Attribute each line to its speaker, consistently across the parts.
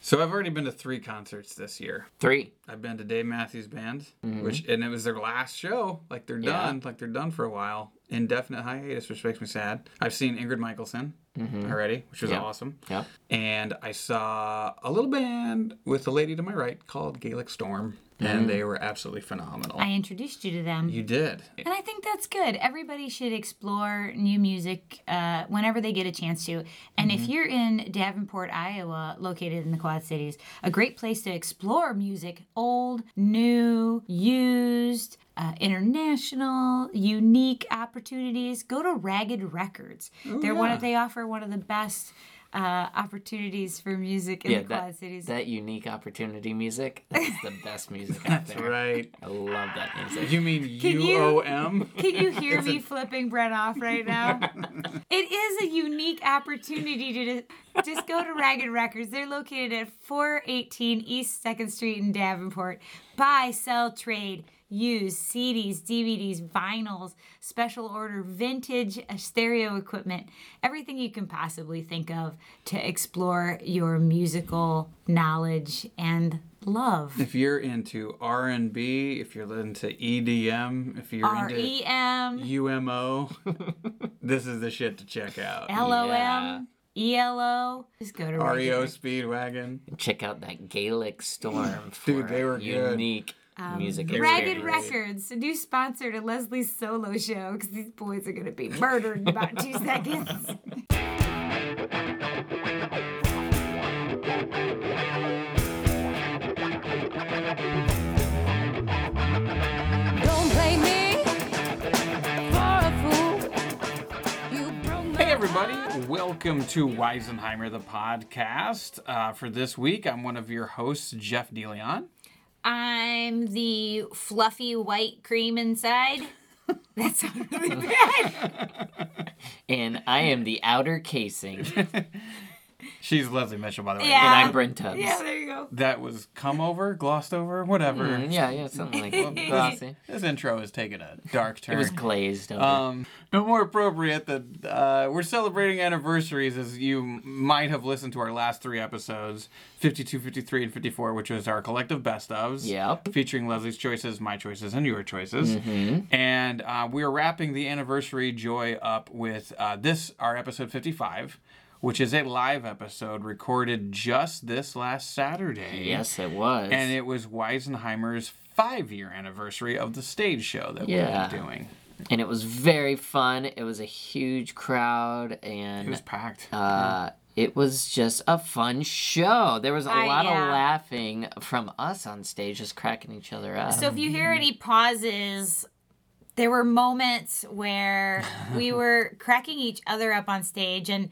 Speaker 1: So I've already been to three concerts this year.
Speaker 2: Three.
Speaker 1: I've been to Dave Matthews Band, which and it was their last show. Like they're done. Like they're done for a while. Indefinite hiatus, which makes me sad. I've seen Ingrid Michaelson already, which was awesome.
Speaker 2: Yep.
Speaker 1: And I saw a little band with a lady to my right called Gaelic Storm, and they were absolutely phenomenal.
Speaker 3: I introduced you to them.
Speaker 1: you did.
Speaker 3: And I think that's good. Everybody should explore new music uh, whenever they get a chance to. And
Speaker 2: Mm-hmm.
Speaker 3: if you're in Davenport, Iowa, located in the Quad Cities, a great place to explore music old, new, used, uh, international, unique opportunities. Go to Ragged Records.
Speaker 2: Oh,
Speaker 3: They're one of, they offer one of the best uh, opportunities for music in
Speaker 2: Yeah,
Speaker 3: the
Speaker 2: that,
Speaker 3: Quad Cities.
Speaker 2: that unique opportunity music. That's the best music out there.
Speaker 1: Right.
Speaker 2: I love that music.
Speaker 1: You mean
Speaker 3: Can you-
Speaker 1: U O M?
Speaker 3: Can you hear me flipping Brent off right now? it is a unique opportunity to just, just go to Ragged Records. They're located at 418 East 2nd Street in Davenport. Buy, sell, trade, use CDs, DVDs, vinyls, special order, vintage uh, stereo equipment, everything you can possibly think of to explore your musical knowledge and love.
Speaker 1: If you're into R and B, if you're into EDM, if you're
Speaker 3: R
Speaker 1: into
Speaker 3: E M.
Speaker 1: UMO. this is the shit to check out.
Speaker 3: L O
Speaker 2: Yeah.
Speaker 3: M E L O. Just go to Ragged
Speaker 1: REO
Speaker 3: Records.
Speaker 1: Speedwagon.
Speaker 2: Check out that Gaelic Storm for
Speaker 1: Dude, they were good.
Speaker 2: unique music
Speaker 3: Um, Ragged
Speaker 2: experience.
Speaker 3: Records, a new sponsor to Leslie's solo show because these boys are going to be murdered in about two seconds.
Speaker 4: Don't blame me for a fool. You broke my
Speaker 1: Hey, everybody. Welcome to Weisenheimer, the podcast. Uh, for this week, I'm one of your hosts, Jeff DeLeon.
Speaker 3: I'm the fluffy white cream inside. That sounded really bad.
Speaker 2: And I am the outer casing. And
Speaker 1: She's Leslie Mitchell, by the way.
Speaker 3: Yeah.
Speaker 2: I'm Brent Tubbs.
Speaker 3: Yeah, there you go.
Speaker 1: That was come over, glossed over, whatever.
Speaker 2: Mm, yeah, yeah, something like
Speaker 1: Uh,
Speaker 2: that.
Speaker 1: this intro is taking a dark turn.
Speaker 2: It was glazed over.
Speaker 1: Um, no more appropriate that uh, we're celebrating anniversaries, as you might have listened to our last three episodes 52, 53, and 54, which was our collective best ofs.
Speaker 2: Yep.
Speaker 1: Featuring Leslie's choices, my choices, and your choices.
Speaker 2: Mm-hmm.
Speaker 1: And uh, we are wrapping the anniversary joy up with uh, this, our episode 55. Which is a live episode recorded just this last Saturday.
Speaker 2: yes, it was.
Speaker 1: And it was Weisenheimer's five year anniversary of the stage show that
Speaker 2: Yeah.
Speaker 1: we were doing.
Speaker 2: and it was very fun. It was a huge crowd, and
Speaker 1: It was packed.
Speaker 2: uh, it was just a fun show. There was a
Speaker 3: Uh,
Speaker 2: lot of
Speaker 3: yeah.
Speaker 2: laughing from us on stage, just cracking each other up.
Speaker 3: So if you hear any pauses, there were moments where we were cracking each other up on stage and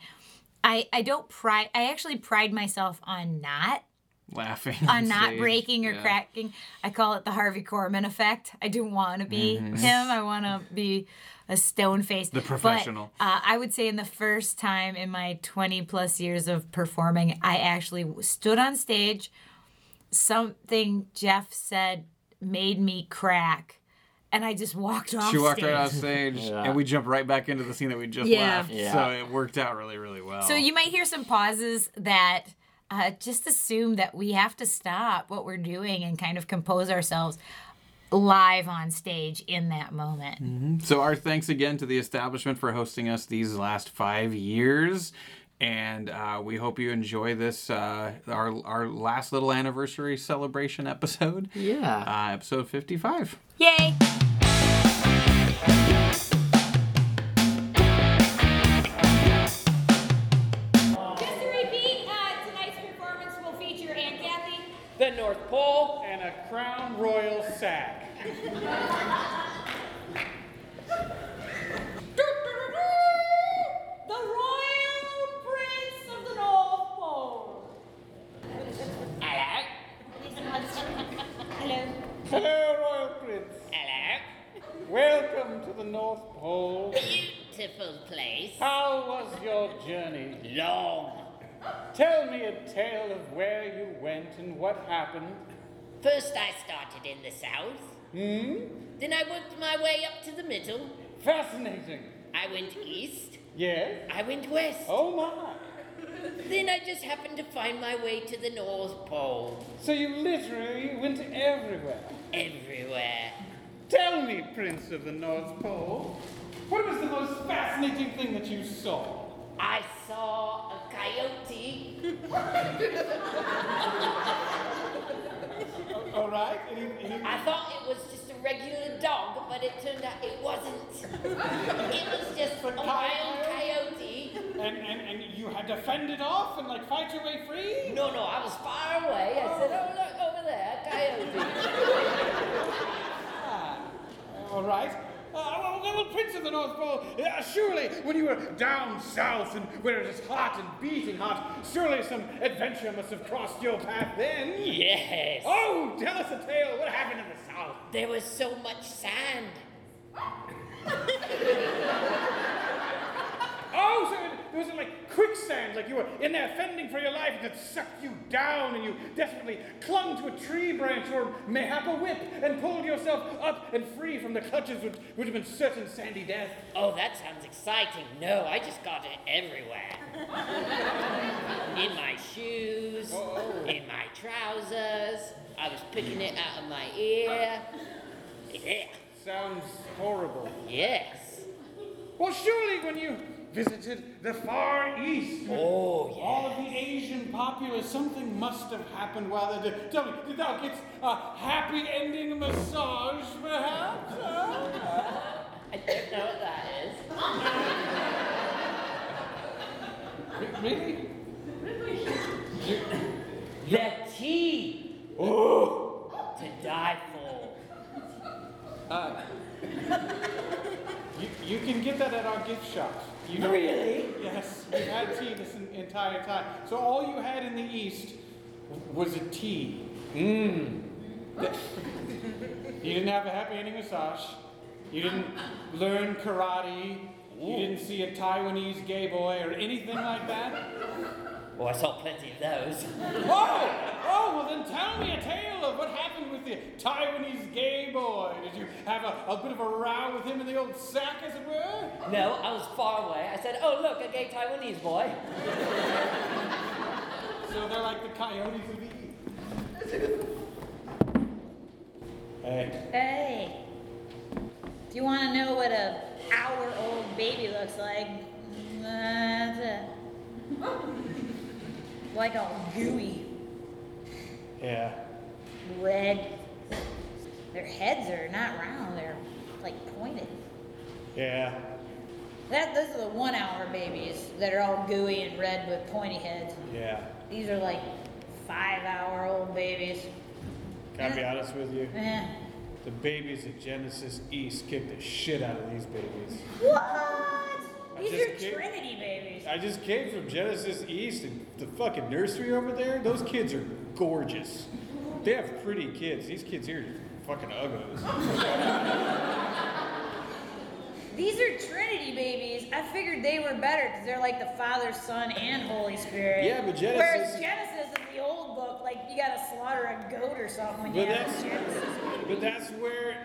Speaker 3: I, I don't pride I actually pride myself on not
Speaker 1: laughing.
Speaker 3: on not
Speaker 1: stage.
Speaker 3: breaking or
Speaker 1: Yeah.
Speaker 3: cracking. I call it the Harvey Korman effect. I do want to be
Speaker 1: Mm-hmm.
Speaker 3: him. I want to be a stone face. The
Speaker 1: professional.
Speaker 3: uh, I would say in the first time in my 20 plus years of performing, I actually w- stood on stage. Something Jeff said made me crack. And I just walked off
Speaker 1: She walked
Speaker 3: stage.
Speaker 1: right off stage, and we jumped right back into the scene that we just
Speaker 3: Yeah.
Speaker 1: left.
Speaker 2: Yeah.
Speaker 1: So it worked out really, really well.
Speaker 3: So you might hear some pauses that uh, just assume that we have to stop what we're doing and kind of compose ourselves live on stage in that moment.
Speaker 1: So our thanks again to the establishment for hosting us these last five years. And uh, we hope you enjoy this uh, our our last little anniversary celebration episode,
Speaker 2: yeah.
Speaker 1: uh, episode fifty five.
Speaker 3: Yay!
Speaker 5: Just to repeat, uh, tonight's performance will feature Aunt Kathy,
Speaker 6: the North Pole, and a Crown Royal sack.
Speaker 5: the Royal Prince of the North Pole. Hello.
Speaker 6: Hello, Royal Prince. Hello. Welcome to the North Pole.
Speaker 7: beautiful place.
Speaker 6: How was your journey?
Speaker 7: Long.
Speaker 6: Tell me a tale of where you went and what happened.
Speaker 7: First, I started in the south. Then I worked my way up to the middle.
Speaker 6: Fascinating.
Speaker 7: I went east.
Speaker 6: Yes?
Speaker 7: I went west.
Speaker 6: Oh my.
Speaker 7: Then I just happened to find my way to the North Pole.
Speaker 8: So you literally went everywhere.
Speaker 7: Everywhere.
Speaker 8: Tell me, Prince of the North Pole, what was the most fascinating thing that you saw?
Speaker 7: I saw a coyote.
Speaker 8: All right, any, any-
Speaker 7: I thought it was just a regular dog, but it turned out it wasn't. It was just a wild coyote.
Speaker 8: and, and, and you had to fend it off and like fight your way free?
Speaker 7: No, no, I was far away. I said, oh, look, over there, coyote.
Speaker 8: All right. Uh, well, well, Prince of the North Pole, uh, surely when you were down south and where it is hot and beating hot, surely some adventure must have crossed your path then.
Speaker 7: Yes.
Speaker 8: Oh, tell us a tale. What happened in the south?
Speaker 7: There was so much sand.
Speaker 8: Oh, so it, it was like quicksand, like you were in there fending for your life and it sucked you down and you desperately clung to a tree branch or mayhap a whip and pulled yourself up and free from the clutches which would have been certain sandy death.
Speaker 7: Oh, that sounds exciting. No, I just got it everywhere. in my shoes, in my trousers. I was picking it out of my ear. Yeah.
Speaker 8: Sounds horrible.
Speaker 7: Yes.
Speaker 8: Well, surely when you visited the Far East, with
Speaker 7: Oh,
Speaker 8: all of the Asian populace, something must have happened while they did. Tell me, did thou get a happy ending massage, perhaps? huh?
Speaker 7: I don't know what that is.
Speaker 8: really?
Speaker 7: The tea. Oh. To die for.
Speaker 8: You, you can get that at our gift shop. You don't-
Speaker 7: Really?
Speaker 8: Yes, we had tea this en- entire time. So all you had in the East w- was a tea. Mmm. You didn't have a happy ending massage. You didn't learn karate. You didn't see a Taiwanese gay boy or anything like that.
Speaker 7: Oh, I saw plenty of those.
Speaker 8: Oh! Oh, well then tell me a tale of what happened with the Taiwanese gay boy. Did you have a, a bit of a row with him in the old sack, as it were?
Speaker 7: No, I was far away. I said, oh, look, a gay Taiwanese boy.
Speaker 8: So they're like the coyotes of the east. Hey,
Speaker 3: Hey. Do you want to know what a hour old baby looks like? That's it. like a gooey
Speaker 8: yeah.
Speaker 3: red. Their heads are not round, they're like pointed.
Speaker 8: Yeah.
Speaker 3: That those are the one hour babies that are all gooey and red with pointy heads.
Speaker 8: Yeah.
Speaker 3: These are like five hour old babies.
Speaker 8: Gotta be honest with you.
Speaker 3: Eh.
Speaker 8: The babies at Genesis East kicked the shit out of these babies.
Speaker 3: What? These
Speaker 8: just
Speaker 3: are
Speaker 8: gave-
Speaker 3: Trinity babies.
Speaker 8: I just came from Genesis East and the fucking nursery over there. Those kids are gorgeous. They have pretty kids. These kids here are fucking uggos.
Speaker 3: These are Trinity babies. I figured they were better because they're like the Father, Son, and Holy Spirit.
Speaker 8: Yeah, but
Speaker 3: Whereas
Speaker 8: Genesis-
Speaker 3: Genesis is the old book, like you gotta slaughter a goat or something when
Speaker 8: But
Speaker 3: you have
Speaker 8: that's-
Speaker 3: a Genesis.
Speaker 8: But that's where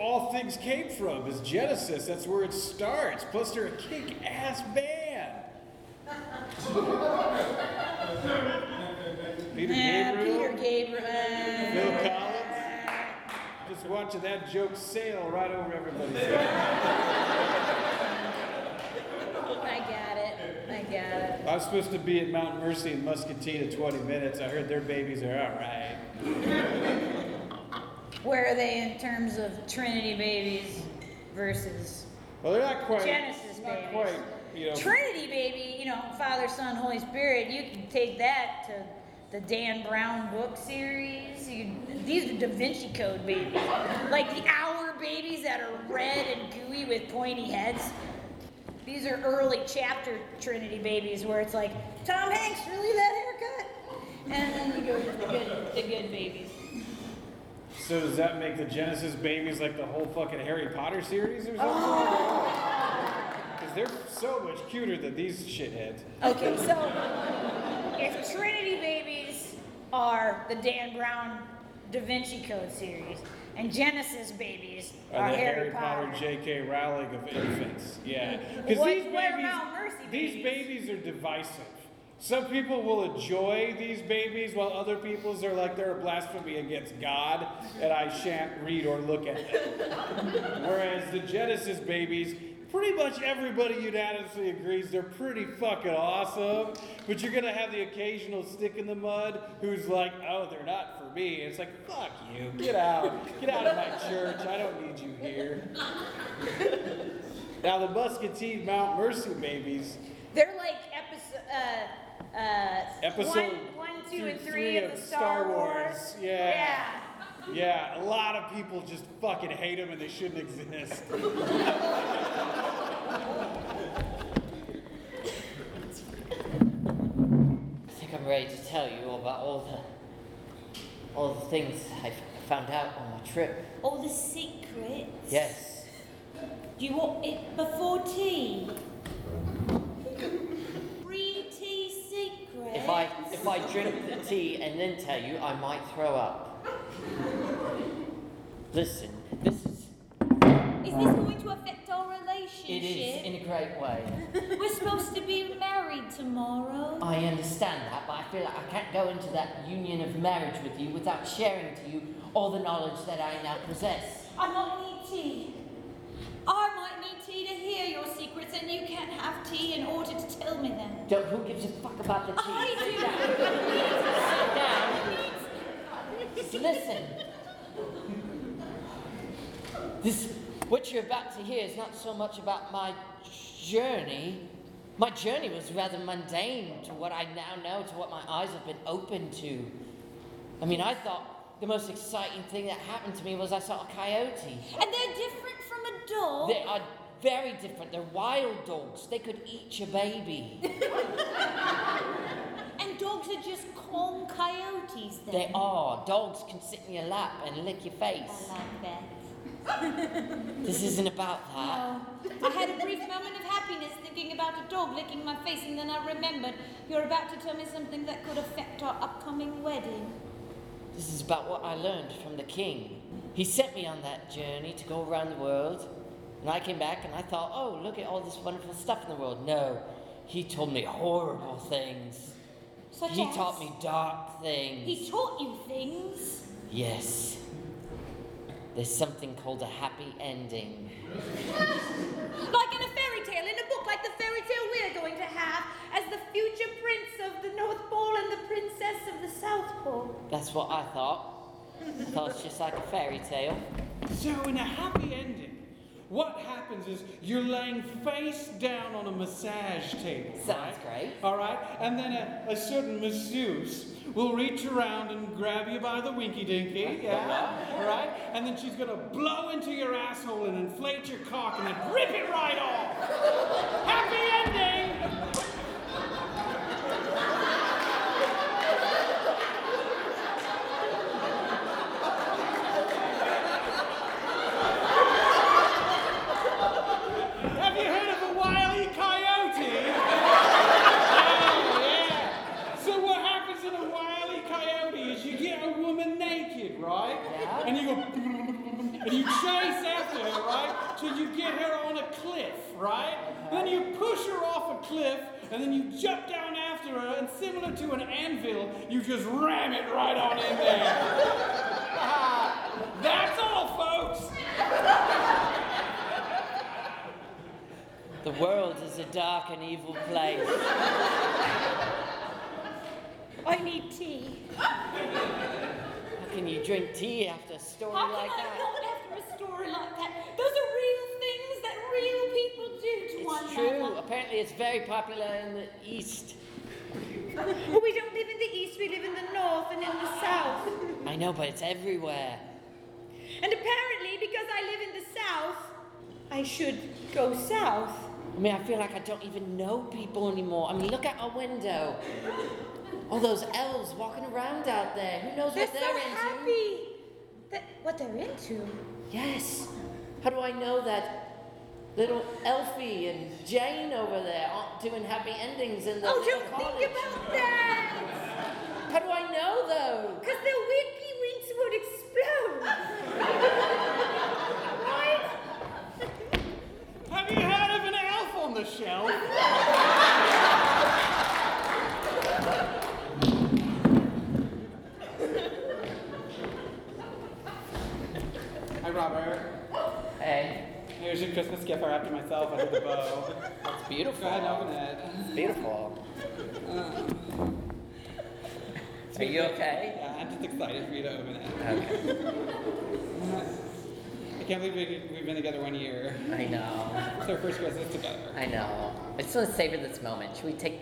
Speaker 8: all things came from, is Genesis. That's where it starts. Plus, they're a kick ass band. Peter
Speaker 3: Yeah, Eh,
Speaker 8: Gabriel,
Speaker 3: Peter Gabriel. uh,
Speaker 8: Phil Collins. Just watching that joke sail right over everybody's head.
Speaker 3: I got it. I got it.
Speaker 8: I was supposed to be at Mount Mercy in Muscatine in 20 minutes. I heard their babies are all right.
Speaker 3: Where are they in terms of Trinity babies versus
Speaker 8: Well, they're not quite.
Speaker 3: Genesis
Speaker 8: not
Speaker 3: babies?
Speaker 8: quite. You know,
Speaker 3: Trinity baby, you know, Father, Son, Holy Spirit. You can take that to the Dan Brown book series. You, these are Da Vinci Code babies, like the hour babies that are red and gooey with pointy heads. These are early chapter Trinity babies where it's like Tom Hanks really that haircut, and then you go to the good, the good babies.
Speaker 8: so does that make the Genesis babies like the whole fucking Harry Potter series or something?
Speaker 3: Oh.
Speaker 8: Because they're so much cuter than these shitheads.
Speaker 3: Okay, so if Trinity Babies are the Dan Brown Da Vinci Code series, and Genesis Babies are,
Speaker 8: Are the
Speaker 3: Uh, Harry,
Speaker 8: Harry
Speaker 3: Potter.
Speaker 8: Potter, J.K. Rowling of infants? Yeah, because
Speaker 3: What-
Speaker 8: these
Speaker 3: what
Speaker 8: babies,
Speaker 3: about Mercy
Speaker 8: these
Speaker 3: babies?
Speaker 8: babies are divisive. Some people will enjoy these babies, while other people's are like they're a blasphemy against God, and I shan't read or look at them. Whereas the Genesis babies, pretty much everybody unanimously agrees they're pretty fucking awesome. But you're gonna have the occasional stick in the mud who's like, "Oh, they're not for me." And it's like, "Fuck you, get out, get out of my church. I don't need you here." Now the Muscatine Mount Mercy babies.
Speaker 9: They're like episode, uh, uh,
Speaker 8: Episode
Speaker 9: one, one, two,
Speaker 8: through
Speaker 9: and three of the Star, Wars.
Speaker 8: Yeah.
Speaker 9: Yeah.
Speaker 8: Yeah, a lot of people just fucking hate them and they shouldn't exist.
Speaker 2: I think I'm ready to tell you all about all the all the things I f- found out on my trip.
Speaker 5: All Oh, the secrets.
Speaker 2: Yes.
Speaker 5: Do you want it before tea? Three tea secrets.
Speaker 2: If I if I drink the tea and then tell you, I might throw up. Listen, this is
Speaker 5: Is this going to affect our
Speaker 2: it is in
Speaker 5: relationship?
Speaker 2: a great way.
Speaker 5: We're supposed to be married tomorrow.
Speaker 2: I understand that, but I feel like I can't go into that union of marriage with you without sharing to you all the knowledge that I now possess.
Speaker 5: I might need tea. I might need tea to hear your secrets, and you can't have tea in order to tell me them.
Speaker 2: Don't, who gives a fuck about the tea?
Speaker 5: I
Speaker 2: Sit down.
Speaker 5: do.
Speaker 2: Listen. This, what you're about to hear is not so much about my journey. My journey was rather mundane to what I now know, to what my eyes have been open to. I mean, I thought the most exciting thing that happened to me was I saw a coyote.
Speaker 5: And they're different from a dog.
Speaker 2: They are very different. They're wild dogs. They could eat your baby.
Speaker 5: And dogs are just calm coyotes then.
Speaker 2: They are. Dogs can sit in your lap and lick your
Speaker 5: I
Speaker 2: face.
Speaker 5: like that.
Speaker 2: This isn't about that.
Speaker 5: I had a brief moment of happiness thinking about a dog licking my face, and then I remembered you're about to tell me something that could affect our upcoming wedding.
Speaker 2: This is about what I learned from the king. He sent me on that journey to go around the world, and I came back and I thought, oh, look at all this wonderful stuff in the world. No, he told me horrible things.
Speaker 5: Such
Speaker 2: he
Speaker 5: as?
Speaker 2: taught me dark things.
Speaker 5: He taught you things.
Speaker 2: yes. There's something called a happy ending.
Speaker 5: Like in a fairy tale, in a book, like the fairy tale we're going to have as the future prince of the North Pole and the princess of the South Pole.
Speaker 2: That's what I thought. I thought it's just like a fairy tale.
Speaker 8: So, in a happy ending, what happens is you're laying face down on a massage table.
Speaker 2: Sounds
Speaker 8: right?
Speaker 2: great.
Speaker 8: All right, and then a, a certain masseuse will reach around and grab you by the winky dinky. Yeah. All right, and then she's gonna blow into your asshole and inflate your cock and then rip it right off. happy ending. Have you heard of a wily coyote? Oh, yeah. So what happens in a wily coyote is you get a woman naked, right?
Speaker 2: Yeah.
Speaker 8: And you go and you chase after her, right? Till you get her on a cliff, right? Then you push her off a cliff, and then you jump down after her, and similar to an anvil, you just ram it right on in there. That's all, folks.
Speaker 2: The world is a dark and evil place.
Speaker 5: I need tea.
Speaker 2: How can you drink tea after a story
Speaker 5: How
Speaker 2: like
Speaker 5: can I
Speaker 2: that?
Speaker 5: not after a story like that? Those are real things that real people do to one
Speaker 2: It's true.
Speaker 5: another.
Speaker 2: Apparently, it's very popular in the East.
Speaker 7: But we don't live in the east, we live in the north and in the south.
Speaker 2: I know, but it's everywhere.
Speaker 7: And apparently, because I live in the south, I should go south.
Speaker 2: I mean, I feel like I don't even know people anymore. I mean, look out our window. All those elves walking around out there. Who knows
Speaker 7: They're
Speaker 2: what
Speaker 7: so
Speaker 2: they're into?
Speaker 7: happy. That, what they're into?
Speaker 2: Yes. How do I know that little Elfie and Jane over there aren't doing happy endings in the
Speaker 7: Oh,
Speaker 2: little
Speaker 7: don't
Speaker 2: college?
Speaker 7: think about that!
Speaker 2: How do I know though?
Speaker 7: Because their winky winks would explode! right?
Speaker 8: Have you heard of an elf on the shelf? Robert.
Speaker 2: Hey,
Speaker 8: Here's your Christmas gift I wrapped it myself under the bow.
Speaker 2: it's
Speaker 8: Go
Speaker 2: beautiful.
Speaker 8: ahead and open it.
Speaker 2: It's beautiful. Are you okay?
Speaker 8: Yeah, I'm just excited for you to open it.
Speaker 2: Okay.
Speaker 8: I can't believe we- we've been together one year.
Speaker 2: I know.
Speaker 8: It's our first Christmas together.
Speaker 2: I know. I just want to savor this moment. Should we take,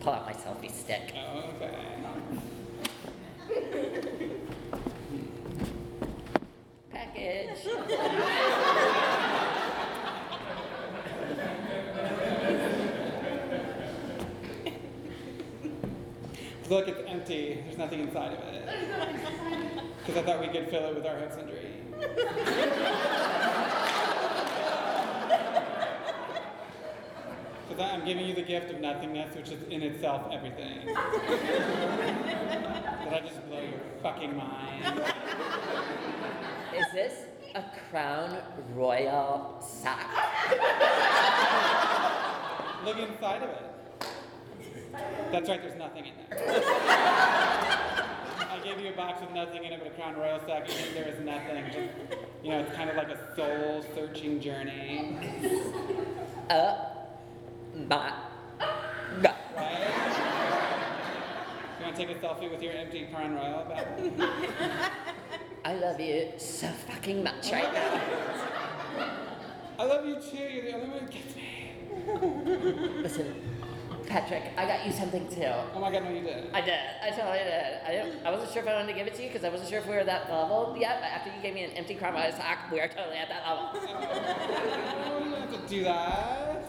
Speaker 2: pull out my selfie stick?
Speaker 8: Oh, okay.
Speaker 2: Package.
Speaker 8: Look, it's empty. There's nothing inside of it. Because I thought we could fill it with our hopes and dreams. Because I'm giving you the gift of nothingness, which is in itself everything. Did I just blow your fucking mind?
Speaker 2: Is this a Crown Royal sock?
Speaker 8: Look inside of it. That's right, there's nothing in there. I gave you a box with nothing in it but a crown royal sack, and there is nothing. Just, you know, it's kind of like a soul searching journey.
Speaker 2: My, no.
Speaker 8: Right? You want to take a selfie with your empty crown royal back?
Speaker 2: I love you so fucking
Speaker 7: Oh
Speaker 2: much right now.
Speaker 8: I love you too, you're the only one who gets me.
Speaker 2: Listen, Patrick, I got you something too.
Speaker 8: Oh my god, no, you did.
Speaker 2: I did. I totally did. I, didn't, I wasn't sure if I wanted to give it to you because I wasn't sure if we were that level yet. But after you gave me an empty crown royal sock, we are totally at that level.
Speaker 8: Oh, you don't have to do that.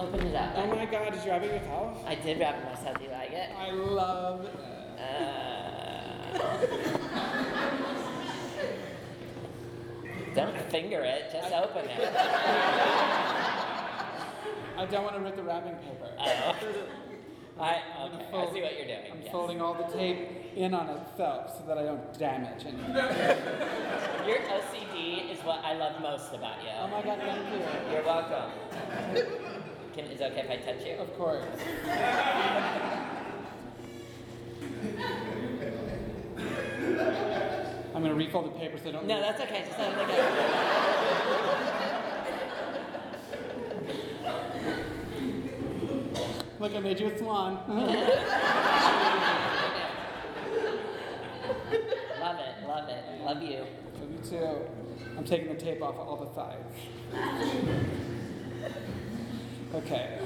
Speaker 2: Open it
Speaker 8: Oh
Speaker 2: up.
Speaker 8: my god, did you wrap it yourself?
Speaker 2: I did wrap it myself. Do you like it?
Speaker 8: I love it.
Speaker 2: Don't finger it. Just open it.
Speaker 8: I don't want to rip the wrapping paper.
Speaker 2: I,
Speaker 8: I'm gonna
Speaker 2: okay. I
Speaker 8: fold-
Speaker 2: see what you're doing.
Speaker 8: I'm
Speaker 2: yes.
Speaker 8: folding all the tape in on itself so that I don't damage anything.
Speaker 2: Your OCD is what I love most about you.
Speaker 8: Oh my god, thank you.
Speaker 2: You're welcome. Can, is it okay if I touch you?
Speaker 8: Of course. I'm gonna refold the paper so I don't.
Speaker 2: No, that's okay. Just let it go.
Speaker 8: Look, I made you a swan.
Speaker 2: Love it. Love it. Love you.
Speaker 8: Love you too. I'm taking the tape off all the sides. Okay.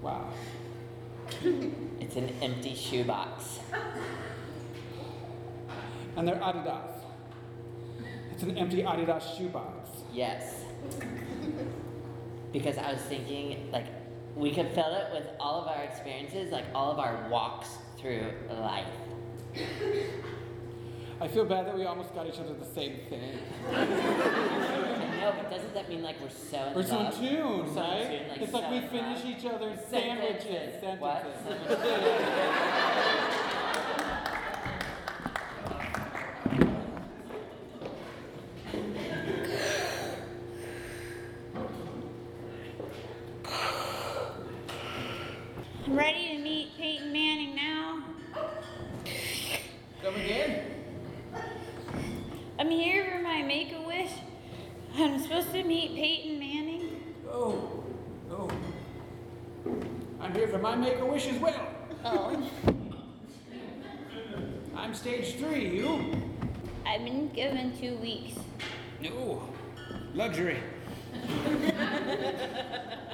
Speaker 8: Wow.
Speaker 2: It's an empty shoebox.
Speaker 8: And they're Adidas. It's an empty Adidas shoebox.
Speaker 2: Yes. Because I was thinking, like, we could fill it with all of our experiences, like all of our walks through life.
Speaker 8: I feel bad that we almost got each other the same thing.
Speaker 2: I know, but doesn't that mean like we're so in
Speaker 8: We're so in
Speaker 2: love? We're
Speaker 8: tune,
Speaker 2: so in
Speaker 8: right?
Speaker 2: tune, like,
Speaker 8: it's
Speaker 2: so
Speaker 8: like we
Speaker 2: in
Speaker 8: finish
Speaker 2: love.
Speaker 8: each other's sandwiches.
Speaker 2: Sentences.
Speaker 8: Sentences.
Speaker 2: What?
Speaker 5: I'm ready to meet Peyton Manning now.
Speaker 8: Come again?
Speaker 5: I'm here for my make a wish. I'm supposed to meet Peyton Manning.
Speaker 8: Oh, oh. I'm here for my make a wish as well. Oh. I'm stage three, you?
Speaker 5: I've been given two weeks.
Speaker 8: No. Luxury.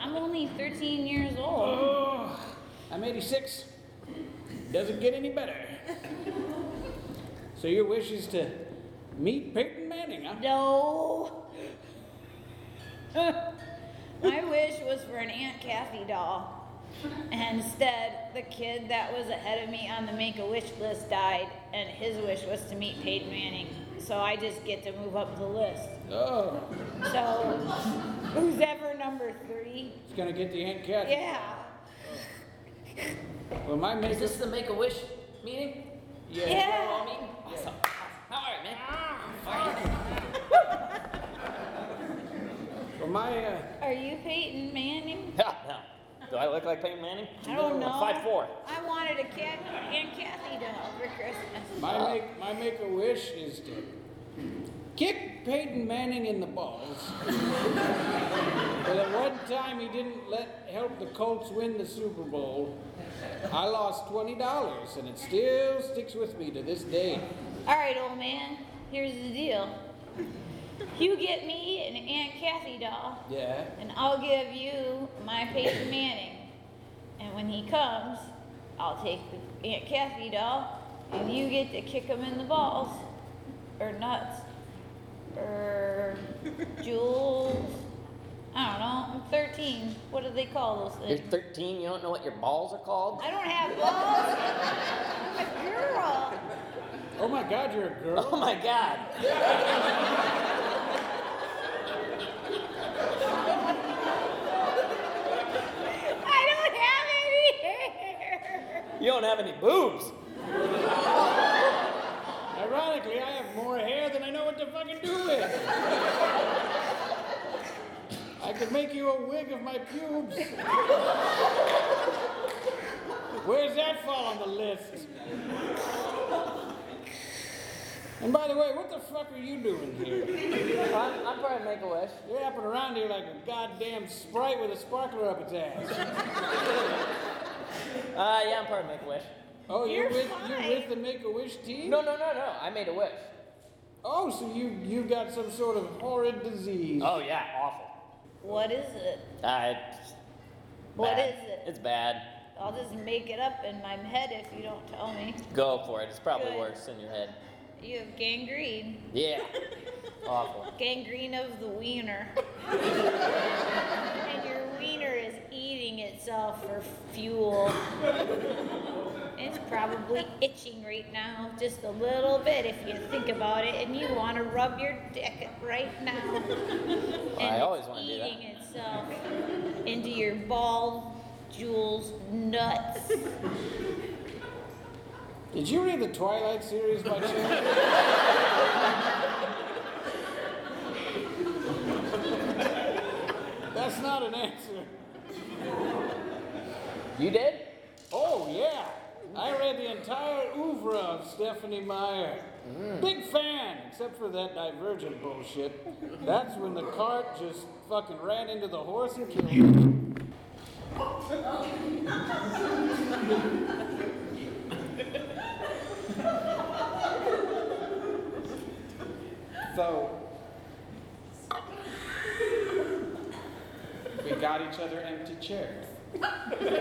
Speaker 5: I'm only 13 years old.
Speaker 8: Oh, I'm 86. Doesn't get any better. So your wish is to meet Peyton Manning, huh?
Speaker 5: No. My wish was for an Aunt Kathy doll. And instead, the kid that was ahead of me on the make a wish list died, and his wish was to meet Peyton Manning. So I just get to move up the list.
Speaker 8: Oh,
Speaker 5: So, who's ever number three?
Speaker 8: it's gonna get the Aunt Cat.
Speaker 5: Yeah.
Speaker 8: Well, my make
Speaker 2: Is this the Make a Wish meeting?
Speaker 8: Yeah.
Speaker 2: We're all
Speaker 5: Yeah.
Speaker 2: meeting? Awesome. All right, man. All right.
Speaker 8: Well, my uh,
Speaker 5: Are you Peyton Manning?
Speaker 2: No, no.
Speaker 7: Do I look like Peyton Manning?
Speaker 5: I don't know.
Speaker 7: Five four.
Speaker 5: I wanted a cat and Kathy doll for Christmas.
Speaker 10: My make my make a wish is to kick Peyton Manning in the balls. but at one time he didn't let help the Colts win the Super Bowl. I lost twenty dollars and it still sticks with me to this day.
Speaker 5: All right, old man. Here's the deal. You get me an Aunt Kathy doll,
Speaker 10: Yeah.
Speaker 5: and I'll give you my Peyton Manning. And when he comes, I'll take the Aunt Kathy doll, and you get to kick him in the balls, or nuts, or jewels. I don't know. I'm 13. What do they call those
Speaker 7: You're
Speaker 5: things?
Speaker 7: 13. You don't know what your balls are called.
Speaker 5: I don't have balls. I'm a girl.
Speaker 10: Oh my God, you're a girl.
Speaker 7: Oh my God.
Speaker 5: I don't have any hair.
Speaker 7: You don't have any boobs.
Speaker 10: Ironically, I have more hair than I know what to fucking do with. I could make you a wig of my pubes. Where's that fall on the list? And by the way, what the fuck are you doing here?
Speaker 7: I'm, I'm trying to make a wish.
Speaker 10: You're hopping around here like a goddamn sprite with a sparkler up its ass.
Speaker 7: Uh, yeah, I'm part of Make a Wish.
Speaker 10: Oh, you're,
Speaker 5: You're
Speaker 10: with you're with
Speaker 5: fine.
Speaker 10: the Make-A-Wish team?
Speaker 7: No, no, no, no. I made a wish.
Speaker 10: Oh, so you you've got some sort of horrid disease.
Speaker 7: Oh yeah, awful.
Speaker 5: What is it?
Speaker 7: Uh, it's
Speaker 5: What
Speaker 7: bad.
Speaker 5: is it?
Speaker 7: It's bad.
Speaker 5: I'll just make it up in my head if you don't tell me.
Speaker 7: Go for it. It's probably
Speaker 5: Good.
Speaker 7: worse in your head.
Speaker 5: You have gangrene.
Speaker 7: Yeah. awful.
Speaker 5: Gangrene of the wiener. and your wiener is eating itself for fuel. It's probably itching right now, just a little bit if you think about it, and you want to rub your dick right now. and
Speaker 7: I always
Speaker 5: it's
Speaker 7: wanna do that.
Speaker 5: eating itself into your ball, jewels, nuts.
Speaker 10: Did you read the Twilight series by chance? That's not an answer.
Speaker 7: You did?
Speaker 10: Oh, yeah. I read the entire oeuvre of Stephanie Meyer.
Speaker 7: Mm.
Speaker 10: Big fan, except for that divergent bullshit. That's when the cart just fucking ran into the horse and killed him.
Speaker 8: So we got each other empty chairs. it's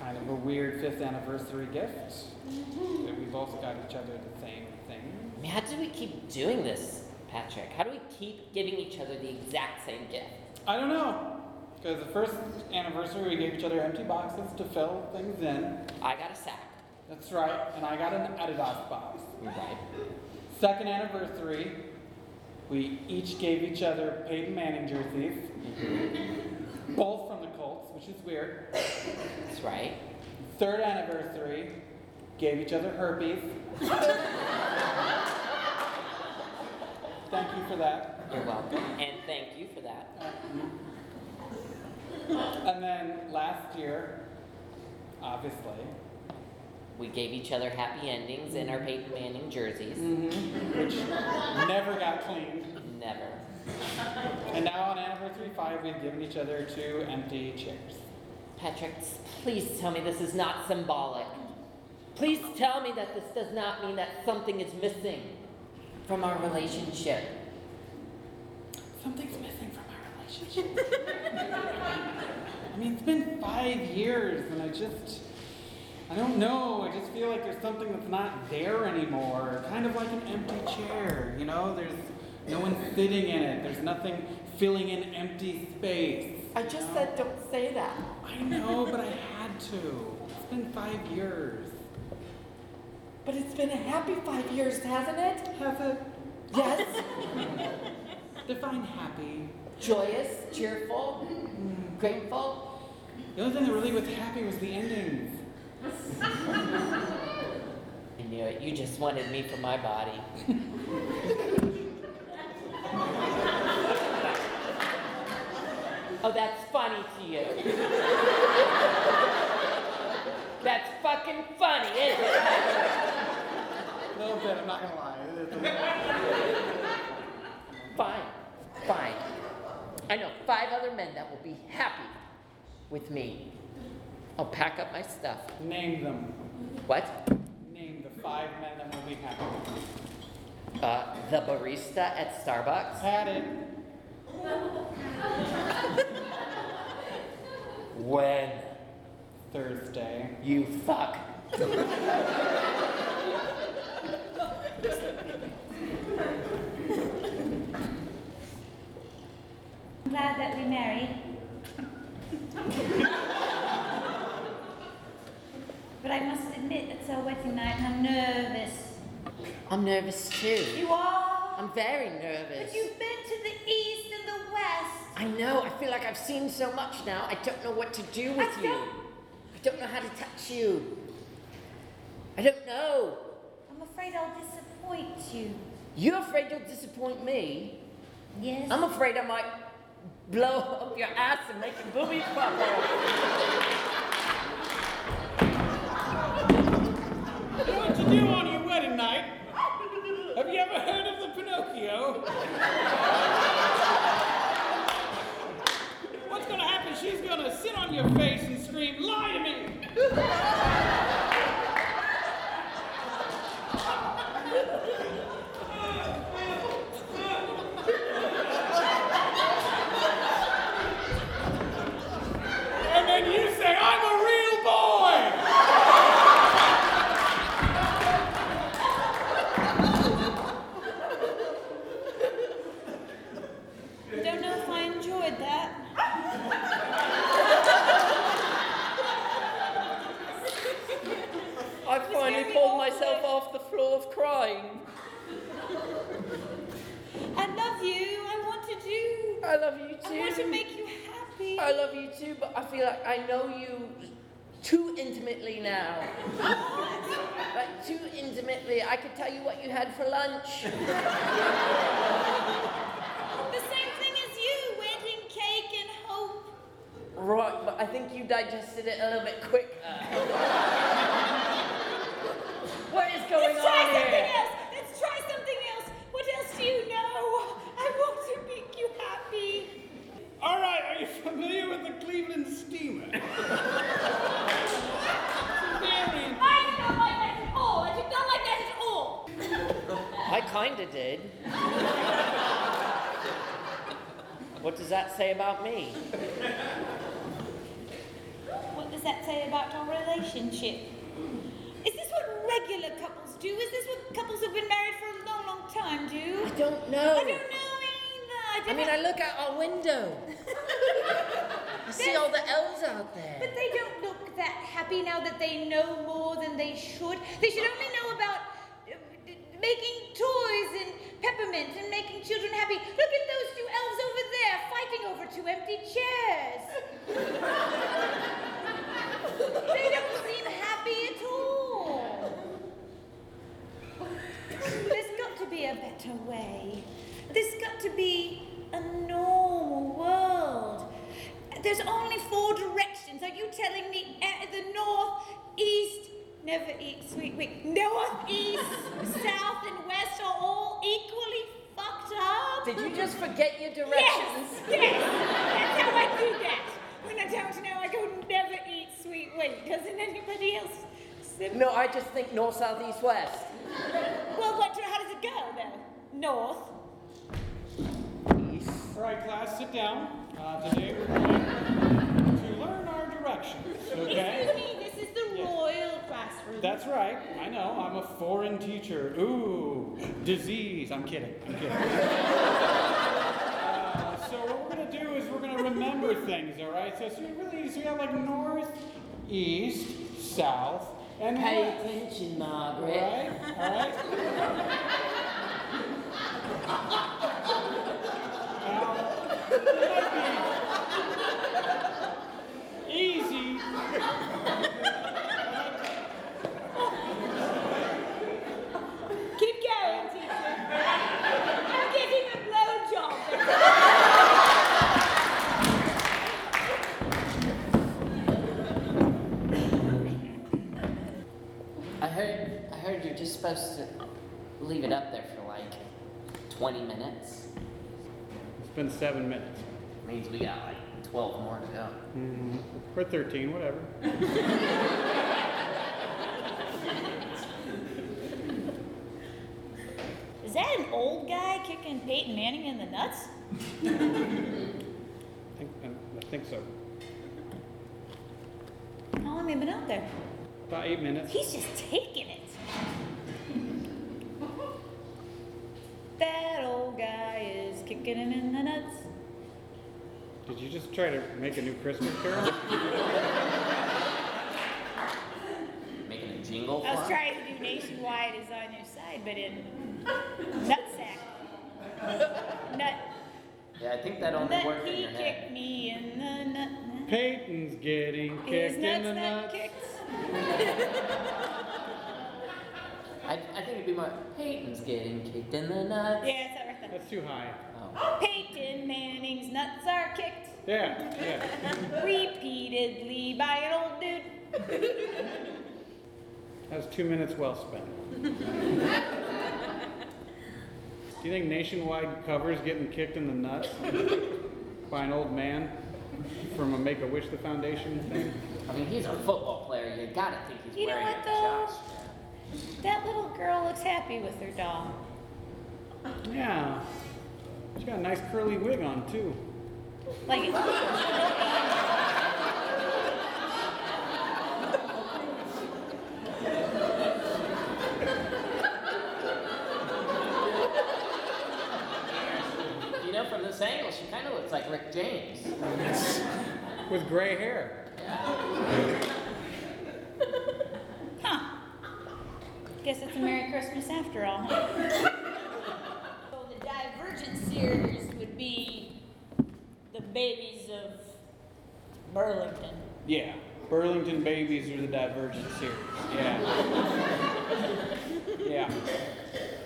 Speaker 8: kind of a weird fifth anniversary gift. That we've also got each other the same thing.
Speaker 2: I mean, how do we keep doing this, Patrick? How do we keep giving each other the exact same gift?
Speaker 8: I don't know. Because the first anniversary we gave each other empty boxes to fill things in.
Speaker 2: I got a sack.
Speaker 8: That's right, and I got an Adidas box.
Speaker 2: Right.
Speaker 8: Second anniversary, we each gave each other Peyton Manning jerseys, both from the Colts, which is weird.
Speaker 2: That's right.
Speaker 8: Third anniversary, gave each other herpes. Thank you for that.
Speaker 2: You're welcome. And thank you for that.
Speaker 8: And then last year, obviously,
Speaker 2: We gave each other happy endings in our Peyton Manning jerseys.
Speaker 8: which never got cleaned.
Speaker 2: Never.
Speaker 8: And now on anniversary five, we've given each other two empty chairs.
Speaker 2: Patrick, s- please tell me this is not symbolic. Please tell me that this does not mean that something is missing from our relationship.
Speaker 8: Something's missing from our relationship. I mean, it's been five years, and I just, I don't know. I just feel like there's something that's not there anymore. Kind of like an empty chair, you know? There's no one sitting in it, there's nothing filling in empty space.
Speaker 2: I just said don't say that.
Speaker 8: I know, but I had to. It's been five years.
Speaker 2: But it's been a happy five years, hasn't it?
Speaker 8: Have a
Speaker 2: Yes.
Speaker 8: define happy.
Speaker 2: Joyous, cheerful, grateful.
Speaker 8: The only thing that really was happy was the endings.
Speaker 2: I knew it. You just wanted me for my body.
Speaker 7: Oh, that's funny to you. that's fucking funny, isn't it?
Speaker 11: A little bit, I'm not gonna lie.
Speaker 7: Fine, fine. I know five other men that will be happy with me. I'll pack up my stuff.
Speaker 8: Name them.
Speaker 7: What?
Speaker 8: Name the five men that will be happy with you.
Speaker 7: Uh, the barista at Starbucks.
Speaker 8: Had it.
Speaker 7: When?
Speaker 8: Thursday.
Speaker 7: You fuck.
Speaker 5: I'm glad that we married. but I must admit, it's our wedding night and I'm nervous.
Speaker 7: I'm nervous too.
Speaker 5: You are?
Speaker 7: I'm very nervous.
Speaker 5: But you've been to the east and the west.
Speaker 7: I know. I feel like I've seen so much now. I don't know what to do with you. I don't know how to touch you. I don't know.
Speaker 5: I'm afraid I'll disappoint you.
Speaker 7: You're afraid you'll disappoint me.
Speaker 5: Yes.
Speaker 7: I'm afraid I might blow up your ass and make your boobies pop out.
Speaker 11: You know what to do on your wedding night? Have you ever heard of the Pinocchio? What's gonna happen? She's gonna sit on your face and scream, "Lie to me!" And then you say, "I'm a real boy."
Speaker 5: I don't know if I enjoyed that.
Speaker 7: I finally pulled myself off the floor of crying.
Speaker 5: I love you. I wanted you.
Speaker 7: I love you
Speaker 5: I want to
Speaker 7: too.
Speaker 5: make you happy.
Speaker 7: I love you too, but I feel like I know you too intimately now. like too intimately. I could tell you what you had for lunch.
Speaker 5: The same thing as you, wedding cake and hope.
Speaker 7: right, but I think you digested it a little bit quicker. what is going
Speaker 5: Let's try
Speaker 7: on
Speaker 5: something
Speaker 7: here?
Speaker 5: else. Let's try something else. What else do you know? I want to make you happy.
Speaker 11: All right, are you familiar with the Cleveland Steamer? Very-
Speaker 5: I did not like that at all. I did not like that at all.
Speaker 7: I kinda did. what does that say about me?
Speaker 5: What does that say about our relationship? Is this what regular couples do? Is this what couples who've been married for a long, long time do?
Speaker 7: I don't know.
Speaker 5: I don't know either.
Speaker 7: I mean, I look out our window. I see all the elves out there.
Speaker 5: But they don't look that happy now that they know more than they should. They should only know about uh, d- making toys and peppermint and making children happy. Look at those two elves over there fighting over two empty chairs. they don't seem happy at all. There's got to be a better way. There's got to be a normal world. There's only four directions. Are you telling me eh, the north, east, never east, wait, wait, north, east, south, and west are all equally fucked up?
Speaker 7: Did you just forget your
Speaker 5: Yes,
Speaker 7: directions?
Speaker 5: yes. That's how I do that. When I don't know, I go never eat sweet wheat. Doesn't anybody else? sim-
Speaker 7: No, I just think north, south, east, west.
Speaker 5: Well, what? How does it go though? North.
Speaker 8: All right, class, sit down. Uh, today we're going to learn our directions,
Speaker 5: Excuse
Speaker 8: okay?
Speaker 5: me, this is the royal classroom.
Speaker 8: That's right. I know. I'm a foreign teacher. Ooh, disease. I'm kidding. I'm kidding. Uh, so what we're gonna do is we're gonna remember things. All right. So, so you really, so you have like north, east, south, and
Speaker 7: Pay
Speaker 8: west.
Speaker 7: attention,
Speaker 8: All
Speaker 7: Margaret.
Speaker 8: right. All right. Easy.
Speaker 5: Keep going, teacher. I'm giving a blowjob.
Speaker 7: I heard, I heard you're just supposed to leave it up there for like 20 minutes.
Speaker 8: It's been seven minutes.
Speaker 7: Means we got like 12 more to go.
Speaker 8: Mm-hmm. Or 13, whatever.
Speaker 12: Is that an old guy kicking Peyton Manning in the nuts?
Speaker 8: I think, I think so.
Speaker 12: How long have they been out there?
Speaker 8: About eight minutes.
Speaker 12: He's just taking it. that old guy is kicking him in the nuts.
Speaker 8: Did you just try to make a new Christmas carol?
Speaker 7: Making a jingle for
Speaker 12: I was
Speaker 7: him?
Speaker 12: trying to do nationwide is on your side, but in nutsack. Nut,
Speaker 7: Yeah, I think that only
Speaker 12: nut
Speaker 7: worked in
Speaker 12: he
Speaker 7: your head.
Speaker 12: kicked me in the nut.
Speaker 8: Peyton's getting
Speaker 12: His
Speaker 8: kicked in
Speaker 12: nuts
Speaker 8: the
Speaker 12: not
Speaker 8: nuts.
Speaker 12: kicked.
Speaker 7: I, I think it'd be more, Peyton's getting kicked in the nuts.
Speaker 12: Yeah, it's not worth
Speaker 8: That's too high.
Speaker 12: that. Peyton Manning's nuts are kicked
Speaker 8: Yeah, yeah.
Speaker 12: repeatedly by an old dude.
Speaker 8: That was two minutes well spent. Do you think nationwide covers getting kicked in the nuts by an old man from a Make a Wish the Foundation thing?
Speaker 7: I mean, he's a football player. You gotta think he's
Speaker 12: You know
Speaker 7: wearing
Speaker 12: what,
Speaker 7: a
Speaker 12: though?
Speaker 7: jock strap.
Speaker 12: That little girl looks happy with her doll.
Speaker 8: Yeah. She got a nice curly wig on too.
Speaker 12: Like,
Speaker 7: You know, from this angle, she kind of looks like Rick James.
Speaker 8: With gray hair.
Speaker 12: huh? Guess it's a Merry Christmas after all, huh?
Speaker 5: So the Divergent series would be
Speaker 12: The babies of Burlington.
Speaker 8: Yeah. Burlington Babies are the Divergent series. Yeah. yeah.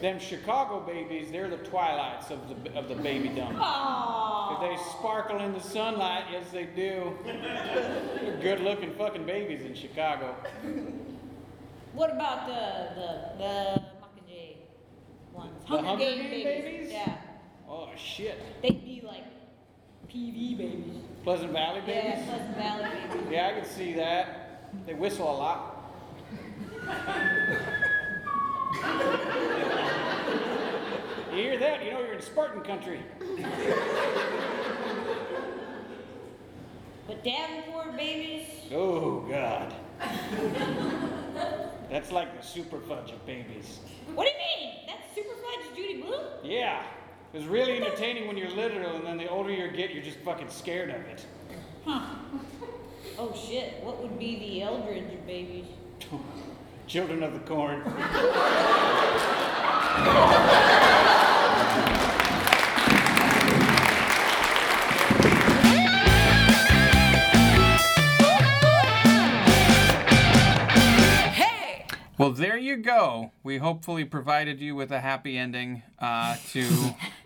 Speaker 8: Them Chicago babies, they're the twilights of the of the baby dump.
Speaker 12: Aww.
Speaker 8: They sparkle in the sunlight, yes they do. They're good looking fucking babies in Chicago.
Speaker 12: What about the the the Mockingjay ones?
Speaker 8: The Hunger Game babies?
Speaker 12: Yeah,
Speaker 8: Oh shit.
Speaker 12: they'd be like PV babies.
Speaker 8: Pleasant Valley
Speaker 12: Yeah,
Speaker 8: babies?
Speaker 12: Pleasant Valley babies.
Speaker 8: Yeah, I can see that. They whistle a lot. you hear that? You know you're in Spartan country.
Speaker 12: But Davenport babies,
Speaker 8: Oh god. That's like the super fudge of babies.
Speaker 12: what do you mean? That's super fudge Judy Blue?
Speaker 8: Yeah. It's really entertaining when you're literal and then the older you get you're just fucking scared of it.
Speaker 12: Oh shit, what would be the Eldridge babies?
Speaker 8: Children of the corn.
Speaker 1: Well, there you go. We hopefully provided you with a happy ending uh, to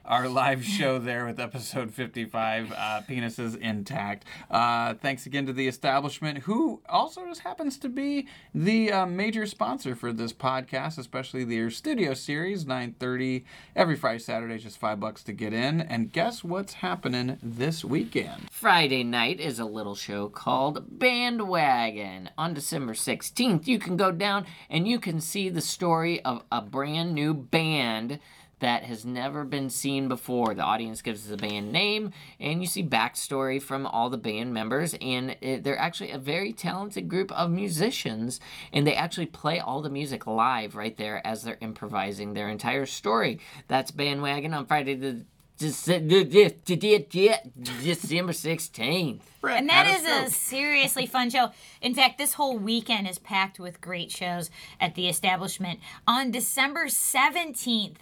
Speaker 1: our live show there with episode 55, uh, Penises Intact. Uh, thanks again to the establishment, who also just happens to be the uh, major sponsor for this podcast, especially their studio series, 9.30 every Friday, Saturday, just five bucks to get in. And guess what's happening this weekend?
Speaker 2: Friday night is a little show called Bandwagon. On December 16th, you can go down and you can see the story of a brand new band that has never been seen before. The audience gives the band name and you see backstory from all the band members and it, they're actually a very talented group of musicians and they actually play all the music live right there as they're improvising their entire story. That's Bandwagon on Friday the December 16th.
Speaker 3: And that is a seriously fun show. In fact, this whole weekend is packed with great shows at the establishment. On December 17th,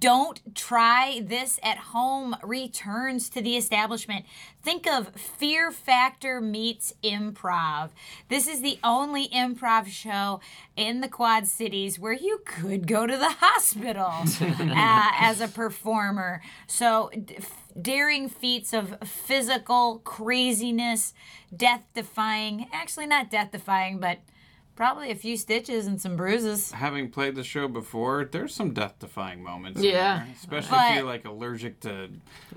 Speaker 3: Don't Try This at Home returns to the establishment. Think of Fear Factor meets improv. This is the only improv show in the Quad Cities where you could go to the hospital uh, as a performer. So, d- f- daring feats of physical craziness, death defying, actually, not death defying, but Probably a few stitches and some bruises.
Speaker 1: Having played the show before, there's some death-defying moments. in
Speaker 2: Yeah.
Speaker 1: there, especially if
Speaker 3: But-
Speaker 1: you're like allergic to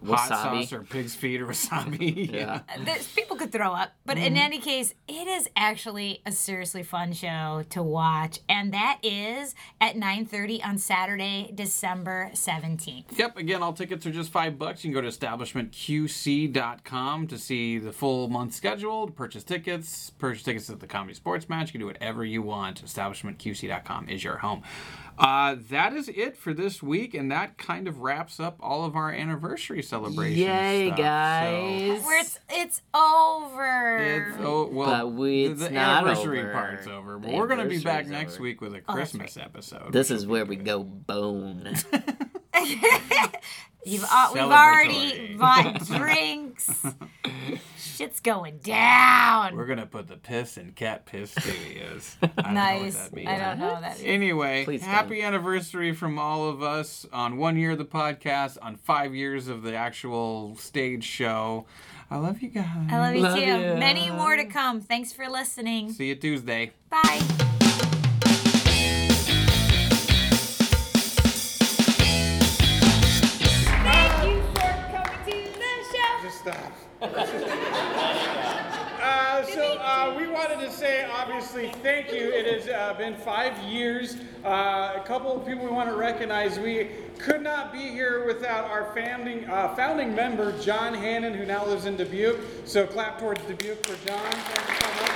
Speaker 1: hot
Speaker 2: Wasabi.
Speaker 1: sauce or pig's feet or wasabi.
Speaker 2: Yeah.
Speaker 3: There's, people could throw up, but
Speaker 1: Mm-hmm.
Speaker 3: in any case, it is actually a seriously fun show to watch, and that is at 9:30 on Saturday, December 17th.
Speaker 1: Yep, again, all tickets are just five bucks. You can go to establishmentqc.com to see the full month schedule, to purchase tickets, purchase tickets at the comedy sports match. You can do whatever you want. Establishmentqc.com is your home. Uh, that is it for this week, and that kind of wraps up all of our anniversary celebrations.
Speaker 2: Yay,
Speaker 1: stuff. So-
Speaker 2: guys.
Speaker 3: Where it's it's over.
Speaker 1: It's, oh, well,
Speaker 2: But we-
Speaker 1: the-
Speaker 2: it's
Speaker 1: the
Speaker 2: not
Speaker 1: anniversary
Speaker 2: over.
Speaker 1: part's over. But
Speaker 2: The
Speaker 1: we're going to be back
Speaker 2: anniversary's
Speaker 1: next
Speaker 2: over.
Speaker 1: week with
Speaker 3: Oh,
Speaker 1: a Christmas episode.
Speaker 2: This is where we go bone.
Speaker 3: You've al- we've already
Speaker 1: Celebratory.
Speaker 3: bought drinks. Shit's going down.
Speaker 1: We're gonna put the piss in Cat Piss Studios. I don't know what
Speaker 3: nice.
Speaker 1: that means.
Speaker 3: I don't know what that. Is.
Speaker 1: Anyway,
Speaker 2: Please
Speaker 1: happy anniversary from all of us on one year of the podcast, on five years of the actual stage show. I love you guys.
Speaker 3: I love you
Speaker 2: Love
Speaker 3: too.
Speaker 2: ya.
Speaker 3: Many more to come. Thanks for listening.
Speaker 1: See you Tuesday.
Speaker 3: Bye.
Speaker 5: Thank you for coming to the show.
Speaker 6: Just stop. uh, so uh, we wanted to say, obviously, thank you. It has uh, been five years. Uh, a couple of people we want to recognize. We could not be here without our founding uh, founding member, John Hannon, who now lives in Dubuque. So clap towards Dubuque for John. Thank you so much.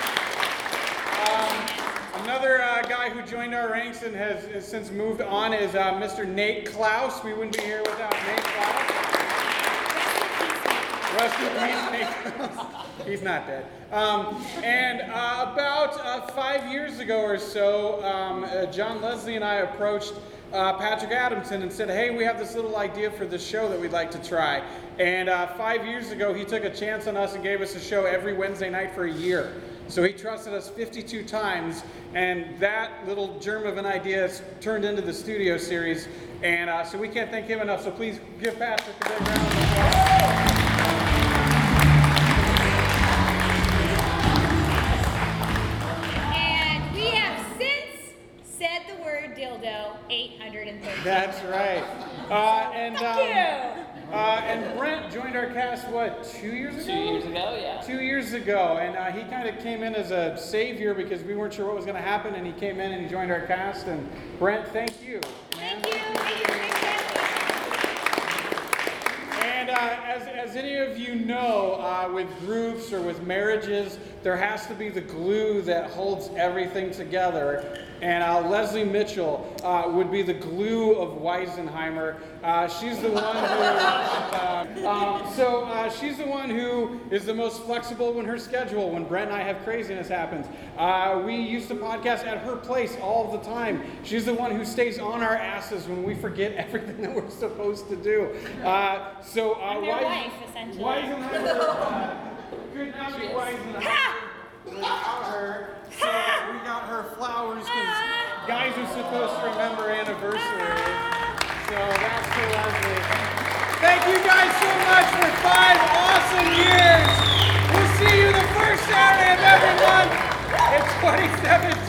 Speaker 6: Another uh, guy who joined our ranks and has, has since moved on is uh, Mr. Nate Klaus. We wouldn't be here without Nate Klaus. Rest in peace, Nate Klaus. He's not dead. Um, and uh, about uh, five years ago or so, um, uh, John Leslie and I approached uh, Patrick Adamson and said, Hey, we have this little idea for this show that we'd like to try. And uh, five years ago, he took a chance on us and gave us a show every Wednesday night for a year. So he trusted us 52 times, and that little germ of an idea has turned into the studio series. And uh, so we can't thank him enough. So please give Patrick a big round of applause.
Speaker 5: And we have since said the word dildo 830.
Speaker 6: That's right. Uh, and um, uh, and Brent joined our cast what two years ago?
Speaker 7: Two years ago, yeah.
Speaker 6: Two years ago, and uh, he kind of came in as a savior because we weren't sure what was going to happen, and he came in and he joined our cast. And Brent, thank you.
Speaker 5: Thank you. Thank you. Thank you.
Speaker 6: And uh, as, as any of you know, uh, with groups or with marriages, there has to be the glue that holds everything together. And uh, Leslie Mitchell uh, would be the glue of Weisenheimer. Uh, she's the one who. uh, um, so uh, she's the one who is the most flexible when her schedule, when Brent and I have craziness happens. Uh, we used to podcast at her place all the time. She's the one who stays on our asses when we forget everything that we're supposed to do. Uh, so uh,
Speaker 5: I'm their
Speaker 6: Weis-
Speaker 5: wife, essentially.
Speaker 6: Weisenheimer uh, could not be Weisenheimer without her. So we got her flowers because
Speaker 5: Ah!
Speaker 6: guys are supposed to remember anniversaries. So that's for Leslie. Thank you guys so much for five awesome years. We'll see you the first Saturday of every month in 2017.